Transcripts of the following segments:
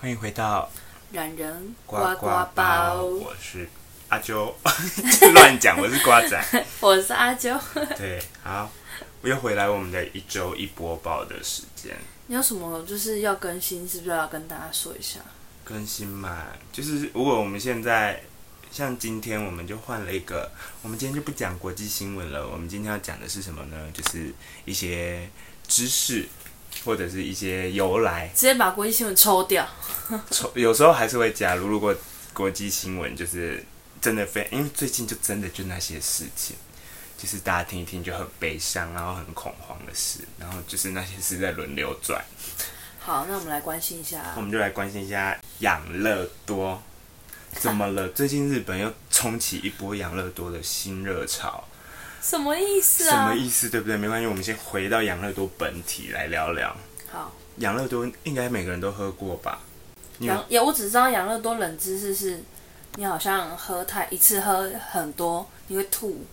欢迎回到软人我是阿啾， 乱讲，我是瓜仔。我是阿啾。对，好，我又回来我们的一周一播报的时间 你有什么就是要更新，是不是要跟大家说一下？更新嘛，就是如果我们现在像今天我们就换了一个，我们今天就不讲国际新闻了，我们今天要讲的是什么呢？就是一些知识或者是一些由来，直接把国际新闻抽掉。抽有时候还是会加入。如果国际新闻就是真的非，因为最近就真的就那些事情，就是大家听一听就很悲伤，然后很恐慌的事，然后就是那些事在轮流转。好，那我们来关心一下我。们就来关心一下养乐多怎么了？最近日本又冲起一波养乐多的新热潮，什么意思什啊？么意思？对不对？没关系，我们先回到养乐多本体来聊聊。好，养乐多应该每个人都喝过吧？你有养也我只知道养乐多冷知识是，你好像喝太一次喝很多，你会吐。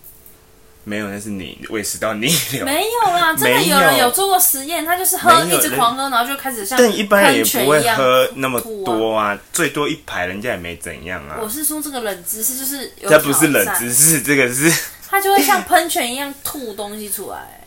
没有？那是你 胃食道逆流。没有啦，真 的没有有人有做过实验，他就是喝没有一直狂喝，然后就开始像但一般人也喷泉不会一样喝那么吐啊多啊，最多一排，人家也没怎样啊我。是说这个冷知识就是有这不是挑冷战知识，这个是它就会像喷泉一样吐东西出来。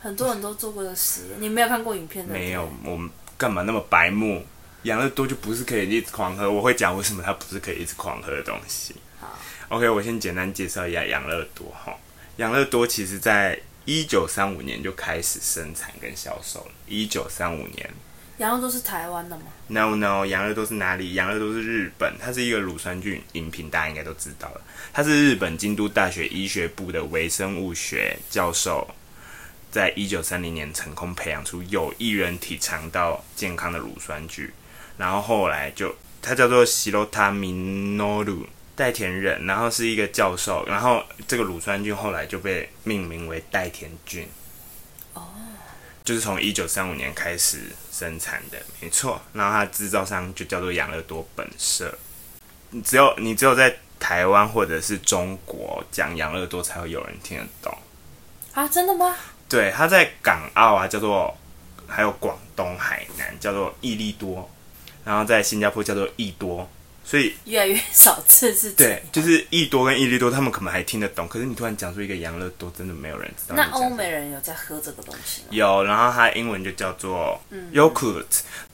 很多人都做过的实验，你没有看过影片的？没有。我们干嘛那么白目？养乐多就不是可以一直狂喝，我会讲为什么它不是可以一直狂喝的东西。好， OK，我先简单介绍一下养乐多哈。养乐多其实在一九三五年就开始生产跟销售了，一九三五年。然后都是台湾的嘛。 No No，养乐多是哪里？养乐多是日本，它是一个乳酸菌饮品，大家应该都知道了。它是日本京都大学医学部的微生物学教授，在一九三零年成功培养出有益人体肠道健康的乳酸菌，然后后来就它叫做西罗塔米诺鲁代田忍，然后是一个教授，然后这个乳酸菌后来就被命名为代田菌。就是从一九三五年开始生产的，没错。然后它的制造商就叫做养乐多本社。你只有你只有在台湾或者是中国讲养乐多才会有人听得懂。啊，真的吗？对，它在港澳啊叫做，还有广东、海南叫做益力多，然后在新加坡叫做益多。所以越来越少次是这对，就是益多跟益力多，他们可能还听得懂。可是你突然讲出一个养乐多，真的没有人知道你那讲什么。欧美人有在喝这个东西吗？有，然后它英文就叫做嗯 yogurt，、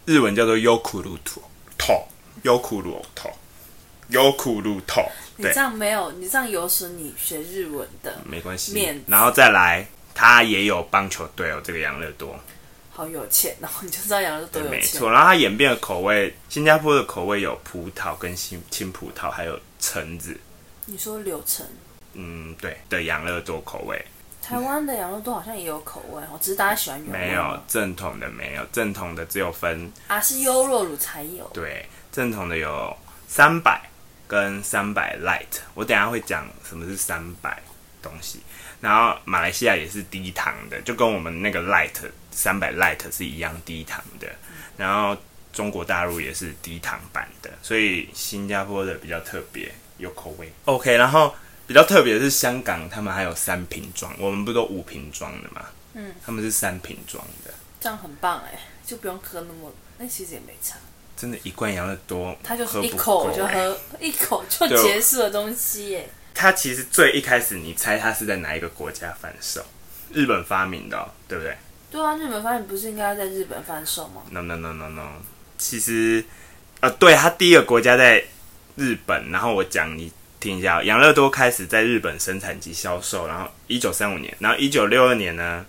日文叫做 yogurt 头，yogurt 头，yogurt 头，你对这，样没有，你这样有损你学日文的，没关系面子。然后再来，它也有棒球队哦，这个养乐多，好有钱哦！你就知道养乐多对，有没钱错。。然后它演变的口味，新加坡的口味有葡萄跟青青葡萄，还有橙子，你说柳橙，嗯，对的养乐多口味。台湾的养乐多好像也有口味哦，只是大家喜欢原味没有正统的没有，正统的只有分啊，是优酪乳才有。对，正统的有三百跟三百 light，我等一下会讲什么是三百东西。然后马来西亚也是低糖的，就跟我们那个 light 三百 light 是一样低糖的。然后中国大陆也是低糖版的，所以新加坡的比较特别，有口味。OK，然后比较特别的是香港，他们还有三瓶装，我们不都五瓶装的嘛？嗯，他们是三瓶装的，这样很棒哎、就不用喝那么，那其实也没差。真的，一罐养乐多，他就是喝一不口够就欸喝， 一口就对结束的东西耶。它其实最一开始，你猜它是在哪一个国家贩售？日本发明的哦、对不对对啊，日本发现不是应该要在日本贩售吗？ ？No No No No No，其实，呃，对，它第一个国家在日本。然后我讲你听一下哦，养乐多开始在日本生产及销售，然后一九三五年，然后一九六二年呢，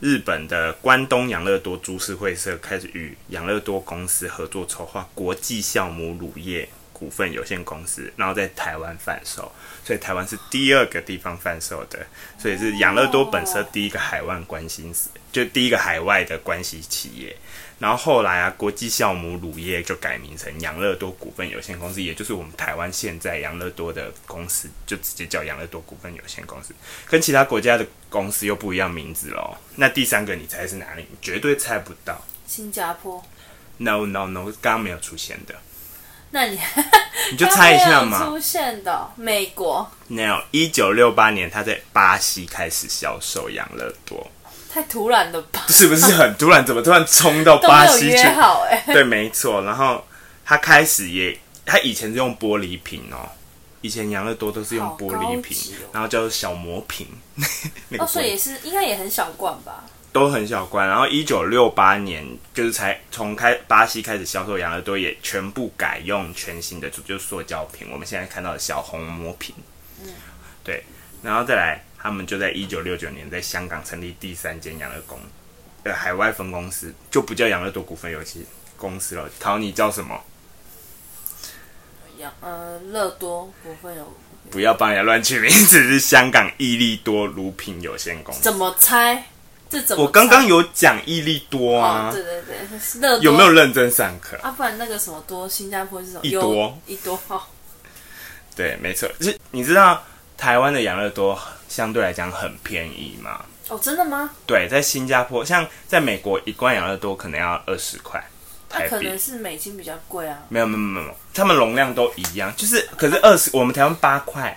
日本的关东养乐多株式会社开始与养乐多公司合作筹划国际酵母乳业股份有限公司，然后在台湾贩售，所以台湾是第二个地方贩售的，所以是养乐多本身第一个海外关心司，就第一个海外的关系企业。然后后来啊，国际酵母乳业就改名成养乐多股份有限公司，也就是我们台湾现在养乐多的公司，就直接叫养乐多股份有限公司，跟其他国家的公司又不一样名字喽。那第三个你猜是哪里？你绝对猜不到。新加坡， No no no，刚刚没有出现的，那你你就猜一下刚刚嘛有。出现的哦美国 No，一九六八年他在巴西开始销售养乐多， 太突然了吧？是不是很突然？怎么突然冲到都巴没有西去约？好哎、对，没错。然后他开始也，他以前是用玻璃瓶哦，以前养乐多都是用好玻高璃级瓶，哦然后叫做小磨瓶， 那个哦，所以玻璃也是应该也很小罐吧？都很小罐。然后一九六八年就是才从开巴西开始销售养乐多，也全部改用全新的，就就是塑胶瓶，我们现在看到的小红磨瓶。嗯对，然后再来，他们就在一九六九年在香港成立第三间养乐公，呃，海外分公司就不叫养乐多股份有限公司了，考你叫什么？养呃乐多股份有不要帮人家乱取名字，是香港益力多乳品有限公司。怎么猜？这怎么我猜？刚刚有讲益力多哦啊，，对哦对对，乐多有没有认真上课？啊？不然那个什么多，新加坡是什么？一有多一多哦，对，没错，就是你知道台湾的养乐多相对来讲很便宜嘛？哦，真的吗？对，在新加坡，像在美国一罐养乐多可能要二十块那、台可币能，是美金比较贵啊。没有没有没有没有，他们容量都一样，就是可是二十，我们台湾八块。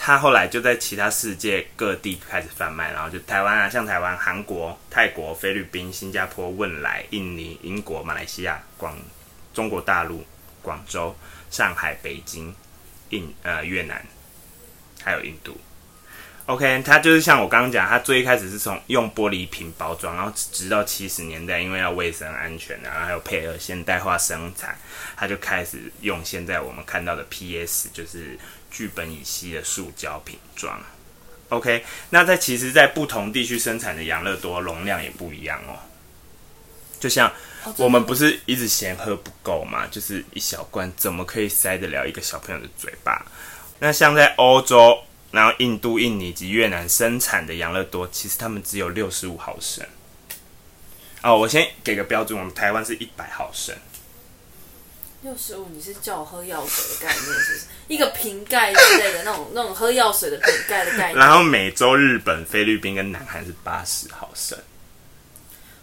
它后来就在其他世界各地开始贩卖，然后就台湾啊，像台湾、韩国、泰国、菲律宾、新加坡、汶莱、印尼、英国、马来西亚、广中国大陆、广州、上海、北京、印呃越南，还有印度。OK，它就是像我刚刚讲，它最一开始是从用玻璃瓶包装，然后直到七十年代，因为要卫生安全，然后还有配合现代化生产，它就开始用现在我们看到的 PS，就是聚苯乙烯的塑胶瓶装。OK，那在其实，在不同地区生产的养乐多容量也不一样哦。就像哦、我们不是一直嫌喝不够嘛，就是一小罐怎么可以塞得了一个小朋友的嘴巴？那像在欧洲，然后印度、印尼及越南生产的养乐多，其实他们只有六十五毫升。哦，我先给个标准，我们台湾是一百毫升。六十五，你是叫我喝药水的概念是不是？一个瓶盖之类的那种那种喝药水的瓶盖的概念。然后每周日本、菲律宾跟南韩是八十毫升，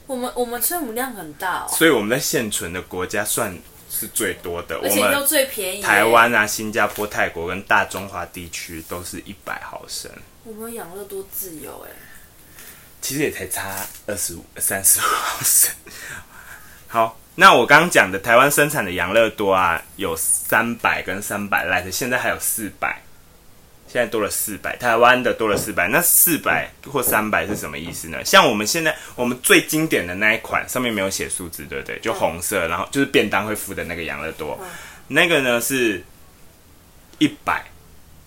我们我们所以我们量很大哦，所以我们在现存的国家算是最多的。而我且又们最便宜。台，湾啊、新加坡、泰国跟大中华地区都是一百毫升。我们养乐多自由哎、其实也才差二十五、三十五毫升。好，那我刚刚讲的台湾生产的养乐多啊，有三百跟三百 light，现在还有四百，现在多了四百，台湾的多了四百。那四百或三百是什么意思呢？像我们现在我们最经典的那一款，上面没有写数字，对不对？就红色，然后就是便当会附的那个养乐多，那个呢是一百，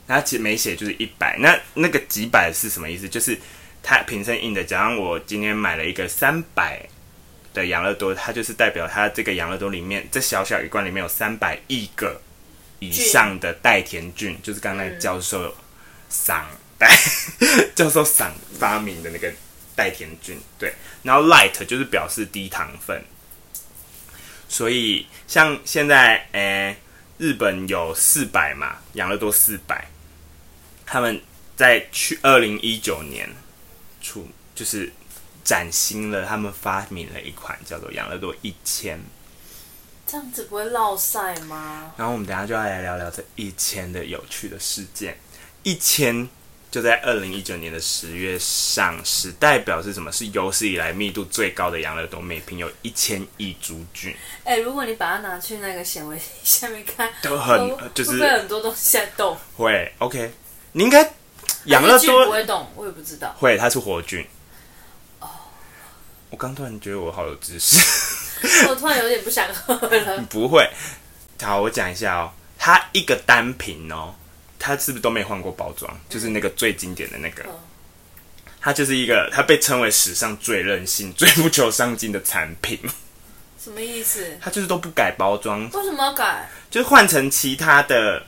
它其实没写就是一百。那那个几百是什么意思？就是它瓶身印的，假如我今天买了一个三百的养乐多，它就是代表它这个养乐多里面这小小一罐里面有三百亿个以上的代田菌，就是刚刚那个教授赏代、 教授赏发明的那个代田菌。对，然后 light 就是表示低糖分，所以像现在诶、呃日本有四百嘛，养乐多四百，他们在去二零一九年出就是崭新了，他们发明了一款叫做养乐多一千。这样子不会落晒吗？然后我们等一下就要来聊聊这一千的有趣的事件。一千就在二零一九年的十月上市，代表是什么？是有史以来密度最高的养乐多，每瓶有一千亿株菌，哎、如果你把它拿去那个显微镜下面看，哦都很会就是会不会很多东西在动？会 OK。你应 该养乐还是菌不多会动，我也不知道。会，它是活菌。我刚突然觉得我好有知识。我突然有点不想喝 了。不会。好，我讲一下哦，它一个单品哦，它是不是都没换过包装？就是那个最经典的那个嗯，它就是一个，它被称为史上最任性、最不求上进的产品。什么意思？它就是都不改包装，为什么要改？就是换成其他的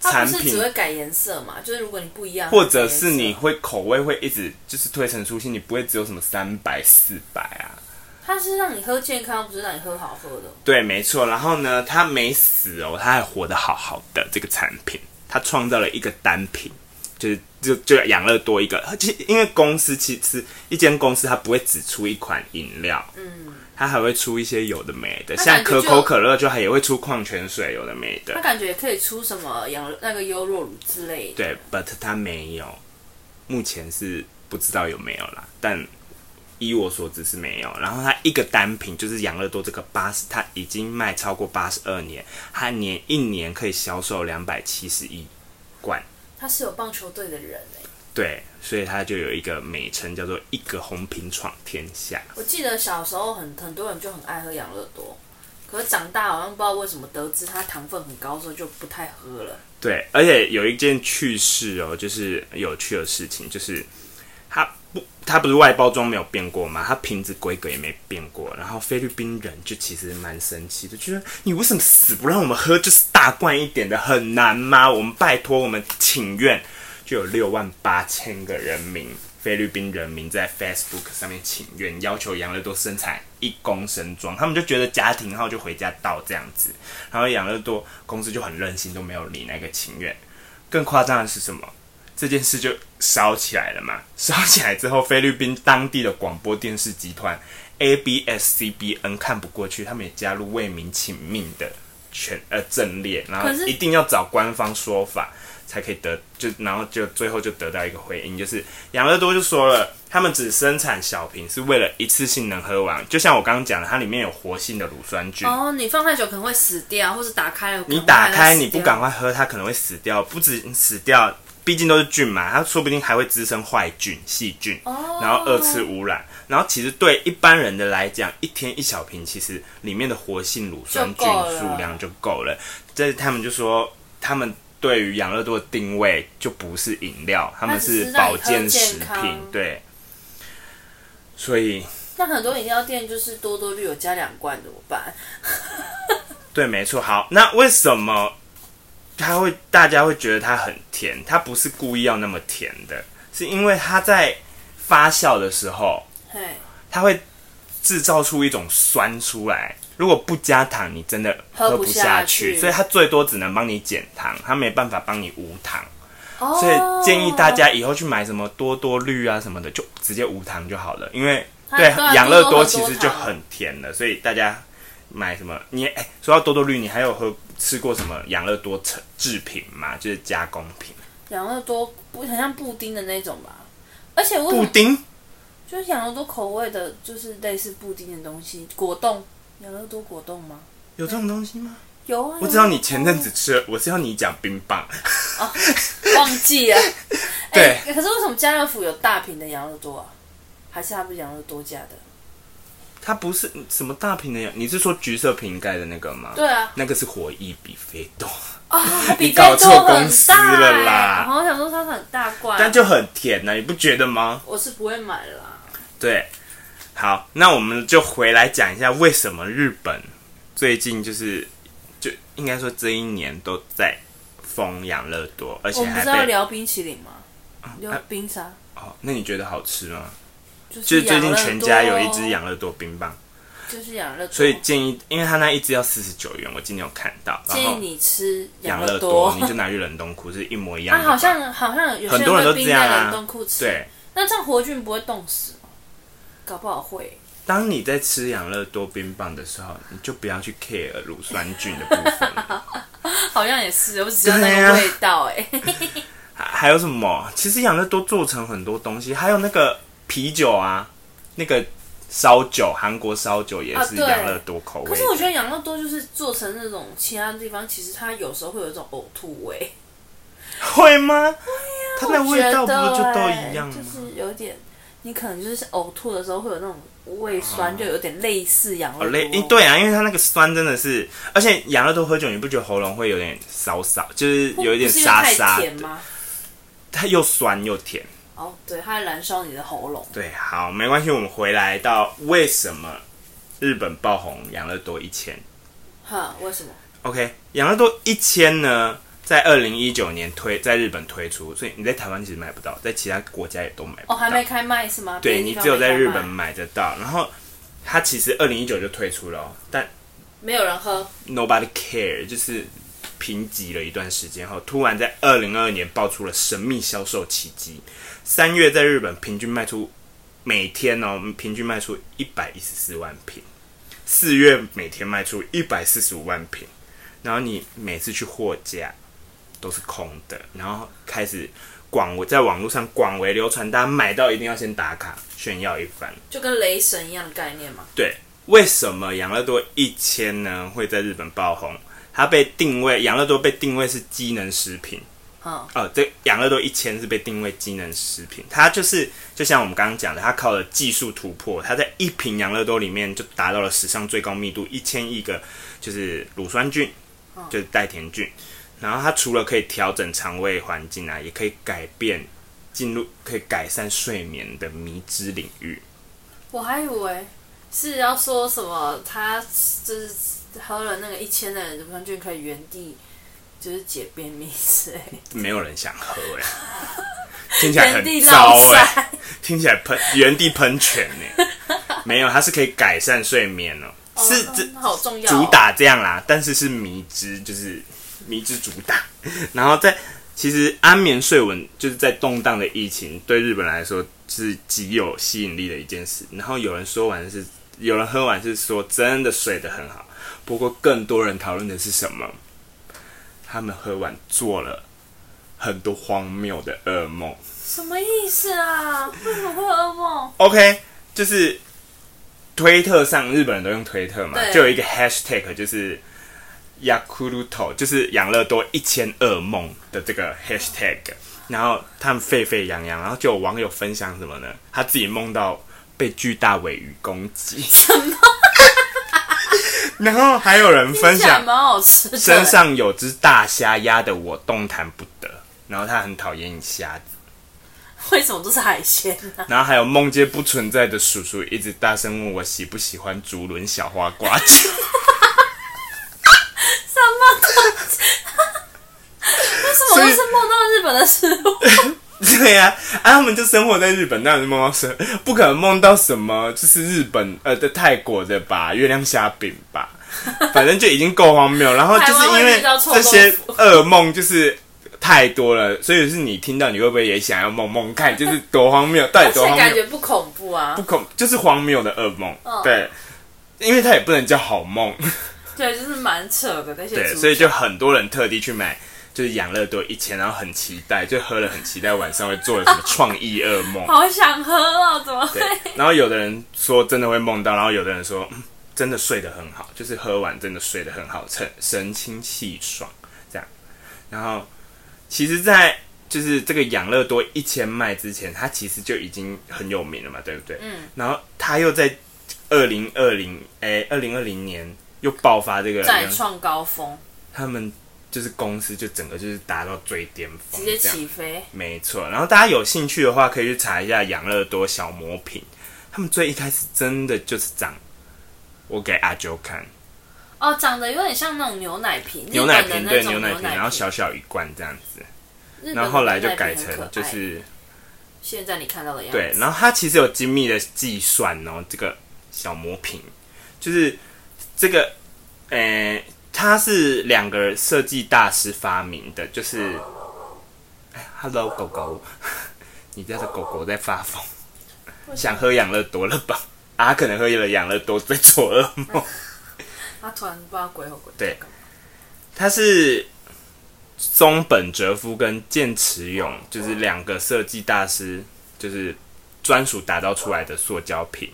它产不是品只，会改颜色嘛？就是如果你不一样，或者是它改你颜色会口味会一直就是推陈出新，你不会只有什么三百、四百啊。它是让你喝健康，不是让你喝好喝的。对，没错。然后呢，他没死哦，他还活得好好的。这个产品，他创造了一个单品，就是就就养乐多一个。其实因为公司其实一间公司，它不会只出一款饮料，嗯，它还会出一些有的没的，它感像觉可就口可乐就还也会出矿泉水，有的没它的。感觉也可以出什么羊那个优酪乳之类的。对，but 它没有，目前是不知道有没有啦，但依我所知是没有。然后它一个单品就是养乐多这个八十，它已经卖超过八十二年，它年一年可以销售两百七十亿罐。他是有棒球队的人哎、对，所以它就有一个美称叫做“一个红瓶闯天下我记得小时候很很多人就很爱喝养乐多，可是长大好像不知道为什么得知它糖分很高，所以就不太喝了。”。对，而且有一件趣事哦，就是有趣的事情，就是它不，它不是外包装没有变过嘛，它瓶子规格也没变过。然后菲律宾人就其实蛮生气的，就觉得你为什么死不让我们喝，就是大罐一点的，很难吗？我们拜托，我们请愿，就有六万八千个人民。菲律宾人民在 Facebook 上面请愿，要求养乐多生产一公升装，他们就觉得家庭号就回家倒这样子。然后养乐多公司就很任性，都没有理那个情愿。更夸张的是什么？这件事就烧起来了嘛！ 烧起来之后，菲律宾当地的广播电视集团 ABS-CBN 看不过去，他们也加入为民请命的全呃阵列，然后可是一定要找官方说法才可以得，就然后就最后就得到一个回应，就是养乐多就说了，他们只生产小瓶是为了一次性能喝完，就像我刚刚讲的，它里面有活性的乳酸菌，哦，你放太久可能会死掉，或是打开了你打开你不赶敢。快喝，它可能会死掉，不止死掉，毕竟都是菌嘛，它说不定还会滋生坏菌、细菌，哦然后二次污染。然后其实对一般人的来讲，一天一小瓶，其实里面的活性乳酸就菌够了数量就够了。这他们就说，他们对于养乐多的定位就不是饮料，他们它只是让保你喝健食健康品，对。所以那很多饮料店就是多多绿有加两罐怎么办？对，没错。好，那为什么他会大家会觉得它很甜？它不是故意要那么甜的，是因为它在发酵的时候，嘿，它会制造出一种酸出来。如果不加糖，你真的喝喝不不下下去去，所以它最多只能帮你减糖，它没办法帮你无糖。哦所以建议大家以后去买什么多多绿啊什么的，就直接无糖就好了，因为它对对啊养乐多多多很其多实就糖很甜了，所以大家买什么你哎、说到多多绿，你还有喝吃过什么养乐多成制品吗？就是加工品，养乐多不很像布丁的那种吧？而且为什布么丁就是养乐多口味的，就是类似布丁的东西，果冻，养乐多果冻吗？有这种东西吗？有啊，我知道你前阵子吃了，我知道你讲冰棒，有啊忘记 了。对哎可是为什么家乐福有大瓶的养乐多啊？还是它不是养乐多加的？它不是什么大瓶的呀，你是说橘色瓶盖的那个吗？对啊，那个是火翼比菲多，它比你搞菲多错很公司大、欸、了啦然后我想说它很大罐，但就很甜啊呐、你不觉得吗？我是不会买了啦。对，好，那我们就回来讲一下为什么日本最近就是就应该说这一年都在封养乐多，而我且们不还是要被啊聊冰淇淋吗？聊冰沙，哦，那你觉得好吃吗？就就是是最近养乐全家多有一只，养乐多冰棒，就是养乐多，所以建议，因为它那一只要四十九元，我今天有看到，然建议后你吃养乐乐多你就拿去冷冻库是一模一样它 的吧，好像好像有些很多人会都冰这样在啊冷冻库吃，对。那这样活菌不会冻死吗？搞不好会。当你在吃养乐多冰棒的时候，你就不要去 care 乳酸菌的部分了。好像也是，我只知道那对个啊味道、哎、还有什么？其实养乐多做成很多东西，还有那个啤酒啊，那个烧酒，韩国烧酒也啊是对养乐多口味。 可是我觉得养乐多就是做成那种其他地方，其实它有时候会有一种呕吐 味，会吗？它的味道我不啊觉得是就都哎一样就吗？是有点，你可能就是呕吐的时候会有那种胃酸，就有点类似养乐好多。累，一对啊，因为它那个酸真的是，而且养乐多喝酒，你不觉得喉咙会有点烧烧，就是有一点不是因为沙太沙甜的？吗？它又酸又甜。哦，对，它会燃烧你的喉咙。对，好，没关系，我们回来到为什么日本爆红养乐多一千。哈，为什么？ OK，养乐多一千呢，在二零一九年推在日本推出，所以你在台湾其实买不到，在其他国家也都买不到。哦，还没开卖是吗？对别你的地方只有在没开日卖本买得到。然后它其实二零一九就推出了、哦，但没有人喝， nobody care，就是贫瘠了一段时间后，突然在二零二二年爆出了神秘销售奇迹。三月在日本平均卖出每天哦，平均卖出一百一十四万瓶，四月每天卖出一百四十五万瓶，然后你每次去货架都是空的，然后开始广为在网络上广为流传，大家买到一定要先打卡炫耀一番。就跟雷神一样的概念嘛。对，为什么养乐多一千呢会在日本爆红？它被定位养乐多被定位是机能食品嗯，哦，这养乐多一千是被定位机能食品，它就是就像我们刚刚讲的，它靠了技术突破，它在一瓶养乐多里面就达到了史上最高密度一千亿个，就是乳酸菌，就是带甜菌。然后它除了可以调整肠胃环境啊，也可以改变进入可以改善睡眠的迷之领域。我还以为是要说什么，他就是喝了那个一千的乳酸菌可以原地就是解便秘之类的，没有人想喝 哎、听起来原很地糟落哎、塞。听起来喷原地喷泉呢、 没有，它是可以改善睡眠哦、是哦这嗯好重要哦、主打这样啦，但是是迷之，就是迷之主打。 然后在其实安眠睡稳就是在动荡的疫情对日本来说是极有吸引力的一件事。然后有人说完是有人喝完是说真的睡得很好，不过更多人讨论的是什么？他们喝完做了很多荒谬的噩梦。什么意思啊？为什么会有噩梦？ OK，就是推特上日本人都用推特嘛，对就有一个 hashtag 就是雅库鲁头，就是养乐多一千噩梦的这个 hashtag，然后他们沸沸扬扬，然后就有网友分享什么呢？他自己梦到被巨大尾鱼攻击，什么？ 然后还有人分听起来享蛮好吃的。身上有只大虾压得我动弹不得，然后他很讨厌虾子。为什么都是海鲜啊呢、然后还有梦见不存在的叔叔一直大声问我喜不喜欢竹轮小花瓜酒，什么都？啊为什么都是梦到日本的食物？ 对呀、啊，他们就生活在日本，当然是梦到什，不可能梦到什么就是日本呃的泰国的吧，月亮虾饼 吧，反正就已经够荒谬。然后就是因为这些噩梦就是太多了，所以是你听到你会不会也想要梦梦看，就是多荒谬，到底而多且荒感谬？觉不恐怖啊不。恐就是荒谬的噩梦，嗯对，因为它也不能叫好梦。对，就是蛮扯的那些对，猪所以就很多人特地去买，就是养乐多一千，然后很期待，就喝了很期待晚上会做了什么创意噩 梦。好想喝哦，怎么会对？，然后有的人说真的会梦到，然后有的人说、嗯真的睡得很好，就是喝完真的睡得很好，神神清气爽这样。然后其实，在就是这个养乐多一千卖之前，它其实就已经很有名了嘛，对不对？嗯。然后它又在二零二零哎二零二零年又爆发这个再创高峰，他们就是公司就整个就是达到最巅峰，直接这样起飞。没错。然后大家有兴趣的话，可以去查一下养乐多小魔品，他们最一开始真的就是长，我给阿九看哦，长得有点像那种牛奶瓶，牛奶日本瓶，的那对种牛奶奶瓶，然后小小一罐这样子，日本的然后后来就牛奶改瓶成很可爱就是现在你看到的样子。对，然后它其实有精密的计算哦，这个小魔瓶就是这个，呃，它是两个设计大师发明的，就是哎，Hello 狗狗， 你家的狗狗在发疯，想喝养乐多了吧？啊，可能喝了养乐多在做噩梦。他突然不知道鬼吼鬼叫对干嘛它是松本哲夫跟剑持勇，就是两个设计大师，就是专属打造出来的塑胶瓶。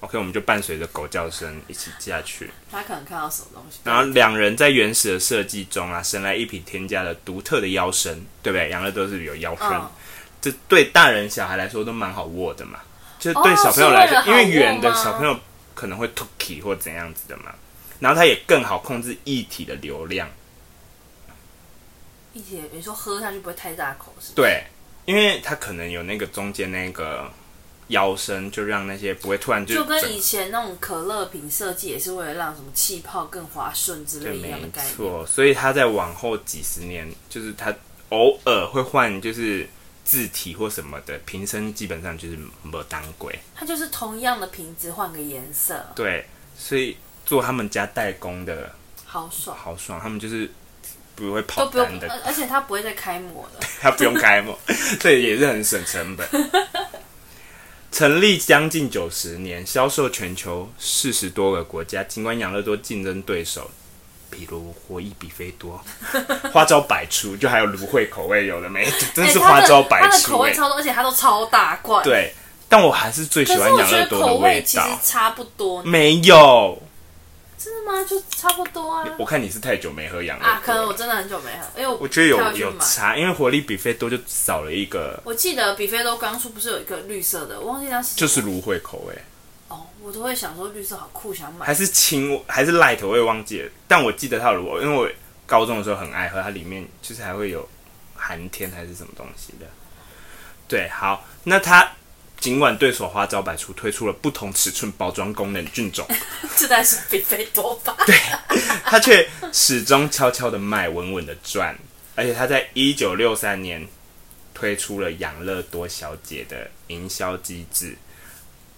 OK，我们就伴随着狗叫声一起下去。他可能看到什么东西。然后两人在原始的设计中啊，生来一匹添加了独特的腰身，对不对？养乐多是有腰身，嗯，这对大人小孩来说都蛮好握的嘛。就是对哦小朋友来说，是因为了好握为圆的吗小朋友可能会 t o k y 或怎样子的嘛，然后它也更好控制液体的流量。一姐，你说喝下去不会太大口是？，对，因为它可能有那个中间那个腰身，就让那些不会突然就就跟整以前那种可乐瓶设计也是为了让什么气泡更滑顺之对，类一样的没概念。错。所以它在往后几十年，就是它偶尔会换，就是字体或什么的，瓶身基本上就是没当鬼。它就是同样的瓶子，换个颜色，对，所以做他们家代工的好爽，好爽，他们就是不会跑都不用单，的，而而且它不会再开模 了。他不用开 模，这也是很省成本。成立将近九十年，销售全球四十多个国家。尽管养乐多竞争对手比如活一比菲 多，花椒百出，就还有芦荟口味，有的没，真哎是它花椒百它的口出、味欸。超多，而且它都超大罐。，对，但我还是最可喜是欢我养觉乐得多的口味其实道。差不多，没有，真的吗？就差不多啊。我看你是太久没喝养乐多啊，可能我了真的很久没喝，因为我我觉得有跳去有买差，因为活力比菲多就少了一个，我记得比菲多刚出不是有一个绿色的，我忘记它是就是芦荟口味，哦，我都会想说绿色好酷，想买。还是青还是 light，我也忘记了，但我记得它有芦荟，因为我高中的时候很爱喝，它里面就是还会有寒天还是什么东西的。对，好，那它尽管对手花招百出推出了不同尺寸包装功能菌种， 这代是比菲多 吧？它却始终悄悄的卖，稳稳的赚，而且它在一九六三年推出了养乐多小姐的营销机制，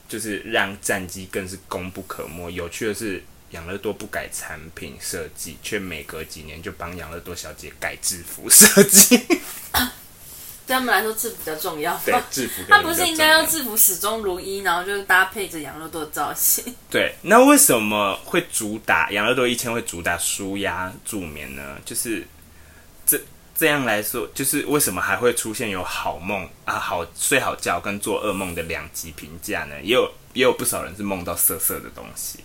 就是让战绩更是功不可没。有趣的是，养乐多不改产品设计，却每隔几年就帮养乐多小姐改制服设计。对他们来说制服比较重要吧。对，制服可能他不比较是应该要重制服始终如一，然后就是搭配着羊肉多的造型？对，那为什么会主打养乐多一千会主打舒压助眠呢？就是这这样来说，就是为什么还会出现有好梦啊、好睡好觉跟做噩梦的两极评价呢？也有也有不少人是梦到色色的东西。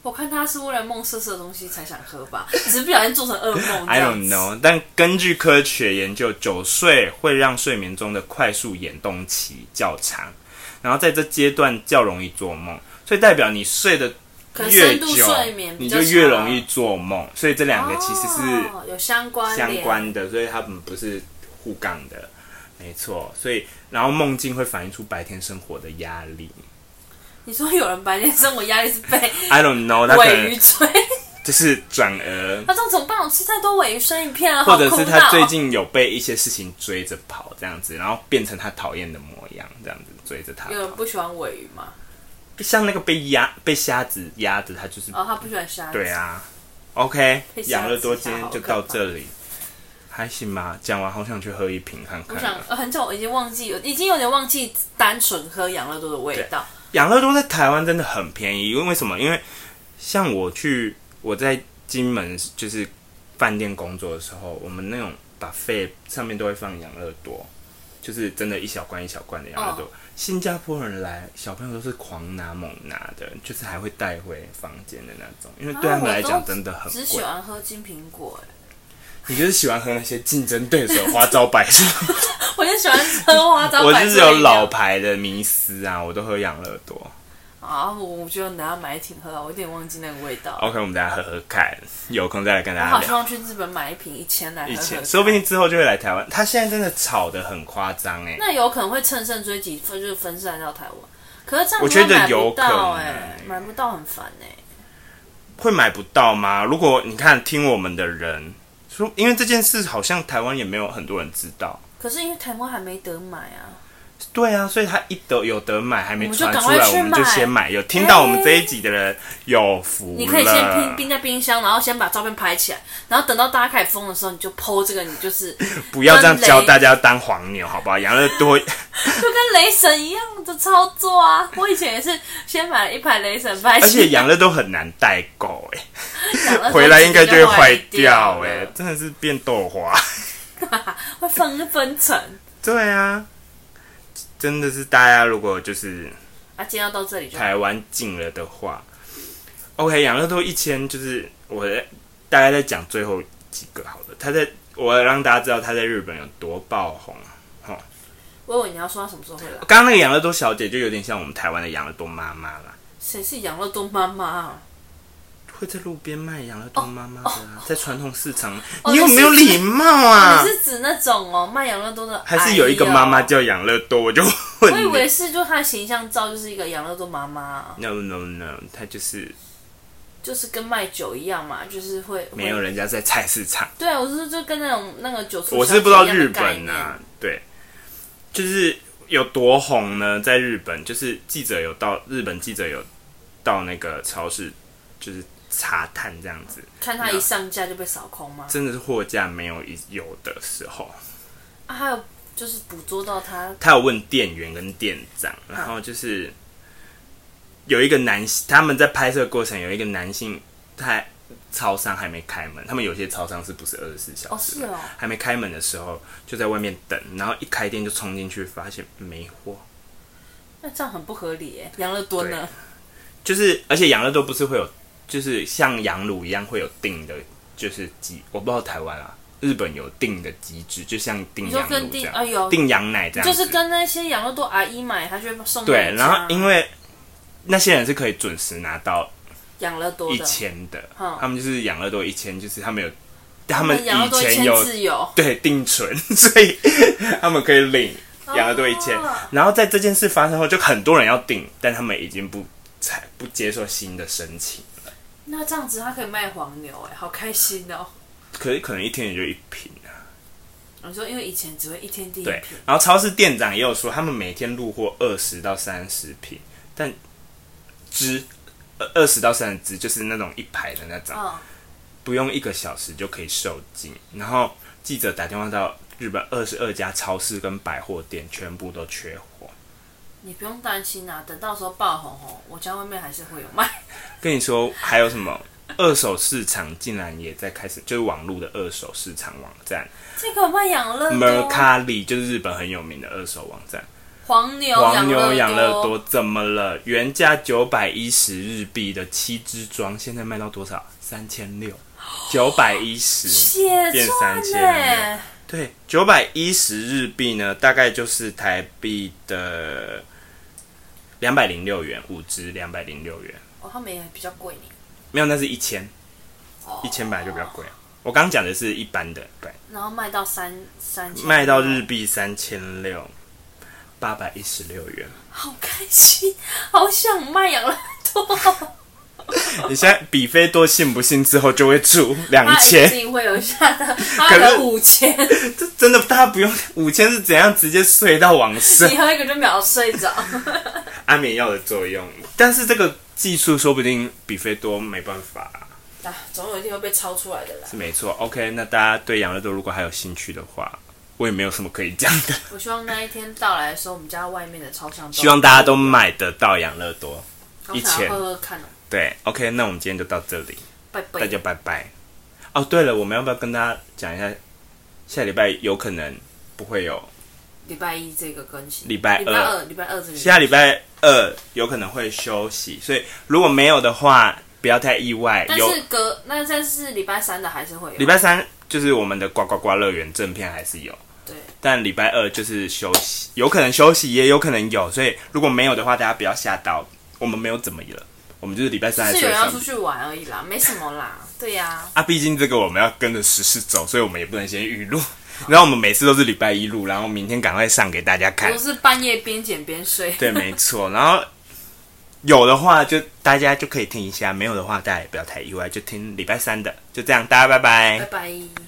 我看他是为了梦色色的东西才想喝 吧，只是不小心做成噩梦这 I 样 don't 子。 know，但根据科学研究，酒睡会让睡眠中的快速眼动期较长，然后在这阶段较容易做梦，所以代表你睡的可能越深久度睡眠，你比较就越长容易做梦。所以这两个其实是哦、有相关相联关的，所以他们不是互杠的，没错。所以然后梦境会反映出白天生活的压力。你说有人白天生活压力是被 I don't know，他可尾鱼能追，就是转而，他这样怎么办？我吃太多尾鱼生鱼片了，或者好哦是苦恼他最近有被一些事情追着跑这样子，然后变成他讨厌的模样，这样子追着他有人不喜欢尾鱼吗？跑。像那个被压被瞎子压着，他就是哦，他不喜欢虾子。对啊，OK，被瞎子养乐多今吓天好就可到怕这里，还行吧。讲完好想去喝一瓶看我看想啊。呃很久，我已经忘记，已经有点忘记单纯喝养乐多的味道。养乐多在台湾真的很便宜，因为为什么？因为像我去我在金门就是饭店工作的时候，我们那种把费上面都会放养乐多，就是真的一小罐一小罐的养乐多。哦新加坡人来，小朋友都是狂拿猛拿的，就是还会带回房间的那种，因为对他们来啊讲我都真的很只喜贵。欢喝金苹果、哎，你就是喜欢喝那些竞争对手花招 百出， 我就喜欢喝 花招我百就岁饮是料。有老牌的迷思啊，我都喝养乐多。啊，我我觉得等下买一瓶喝啊，我有点忘记那个味道。 OK，我们大家喝喝看，有空再来跟大家我好聊希。望去日本买一瓶一千来喝以喝前，看。说不定之后就会来台湾。他现在真的炒得很夸张哎，那有可能会乘胜追击，分就是分散到台湾。可是这样我觉子得买不有可到能哎、买不到很烦哎、会买不到吗？如果你看听我们的人说，因为这件事好像台湾也没有很多人知道。可是因为台湾还没得买啊，对啊，所以他一得有得买还没我们就传赶出快来，去我们就买先买。有听哎到我们这一集的人有福了。你可以先冰冰在冰箱，然后先把照片拍起来，然后等到大家开始疯的时候，你就剖这个，你 就是不要这样分类教大家当黄牛，好不好？养乐多 就跟雷神一样的操作啊！我以前也是先买了一排雷神拍起来，而且养乐多很难代购 哎、养乐多回来应该就会坏坏掉哎、哎、真的是变豆花。会分分层。对啊，真的是大家如果就是啊，今天要到这里就好台湾进了的话，OK，养乐多一千就是我大概在讲最后几个好了。他在我让大家知道他在日本有多爆红。我以为你要说他什么时候会来？刚刚那个养乐多小姐就有点像我们台湾的养乐多妈妈啦，谁是养乐多妈妈、啊？会在路边卖养乐多妈妈的、啊，在传统市场，哦你有没有你是礼貌啊你？是指那种哦卖养乐多的？还是有一个妈妈？叫养乐多，我就问哎我以为你是，就她的形象照就是一个养乐多妈妈啊， ，no no no，她就是就是跟卖酒一样嘛，就是会没有。会人家在菜市场。对啊，我是说就跟那种那个酒醋我小是姐不知道一样的日概本念啊，对，就是有多红呢？在日本，就是记者有到日本记者有到那个超市，就是查探这样子，看她一上架就被扫空吗？真的是货架没有一有的时候，啊，还有就是捕捉到她他有问店员跟店长，嗯然后就是有一个男，他们在拍摄过程有一个男性，他超商还没开门，他们有些超商是不是二十四小哦时是的？哦，还没开门的时候就在外面等，然后一开店就冲进去，发现没货。那这样很不合理耶。养乐多呢？就是而且养乐多不是会有，就是像羊乳一样会有定的，就是机，我不知道台湾啊，日本有定的机制，就像定你说羊跟乳这定样，哎呦，定羊奶 这样就子，是跟那些养乐多阿姨买，她就会送对，然后因为为那些人是可以准时拿到养乐多一的，千的，嗯他们就是养乐多一千，就是他们有，他他们养乐以多一前千有自由，对定存， 所以他们可以领养乐多一千哦。然后在这件事发生后，就很多人要订，但他们已经不采不接受新的申请。那这样子他可以卖黄牛哎，好开心哦。可是可能一天也就一瓶啊。我说因为以前只会一天订一对瓶，，然后超市店长也有说，他们每天入货二十到三十瓶，但只二十到三十只就是那种一排的那种，嗯，不用一个小时就可以售罄。然后记者打电话到日本二十二家超市跟百货店，全部都缺货。你不用担心啊，等到时候爆红红，我家外面还是会有卖。跟你说，还有什么？二手市场竟然也在开始，就是网络的二手市场网站这个有卖养乐 m e r c 多、 a l i 就是日本很有名的二手网站。黄牛、黄牛养养乐乐多怎么了？原价九百一十日币的七支装，现在卖到多少？三千六，九百一十。血变赚3000呢了？对，九百一十日币呢，大概就是台币的两百零六元，五支两百零六元。哦，他们也比较贵呢。没有，那是一千，哦一千本来就比较贵啊。我刚讲的是一般的，对，然后卖到三三千，卖到日，币三千六，八百一十六元。好开心，好想卖啊养乐多，你现在比菲多信不信之后就会出 两他千一。定会有下的，他可有是五千， 这真的大家不用五千是怎样直接睡到往生 你喝一个就秒睡 着。安眠药的作用，但是这个技术说不定比菲多没办法、啊，总有一天会被抄出来的啦。是没错。OK，那大家对养乐多如果还有兴趣的话，我也没有什么可以讲的，我希望那一天到来的时候，我们家外面的超商都希望大家都买得到养乐多。我想要喝喝看哦，对，OK，那我们今天就到这里，拜大拜家。拜拜。哦，对了，我们要不要跟大家讲一下，下礼拜有可能不会有，礼拜一这个更新，礼拜礼二拜二，礼拜二这里下礼拜二有可能会休息，所以如果没有的话，不要太意外。但有是隔那但是礼拜三的还是会有。礼拜三就是我们的呱呱呱乐园正片还是有，对，但礼拜二就是休息，有可能休息，也有可能有，所以如果没有的话，大家不要吓到，我们没有怎么了，我们就是礼拜三还是是有会人要上出。去玩而已啦，没什么啦。对呀，啊，毕竟这个我们要跟着时事走，所以我们也不能先预录。 然后我们每次都是礼拜一录，然后明天赶快上给大家看我。是半夜边剪边睡。 对，没错。然后有的话就大家就可以听一下，没有的话大家也不要太意外，就听礼拜三的，就这样，大家拜拜拜拜。